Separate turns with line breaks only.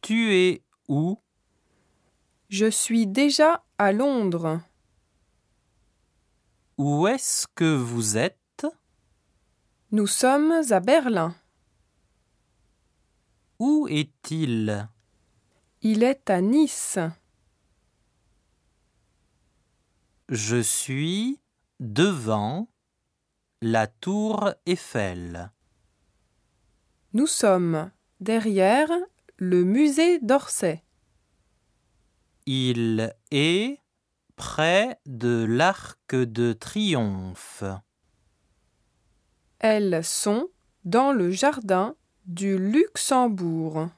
Tu es où
Je suis déjà à Londres.
Où est-ce que vous êtes
Nous sommes à Berlin.
Où est-il
Il est à Nice.
Je suis devant la tour Eiffel.
Nous sommes derrière le musée d'Orsay.
Il est près de l'arc de triomphe.
Elles sont dans le jardin du Luxembourg.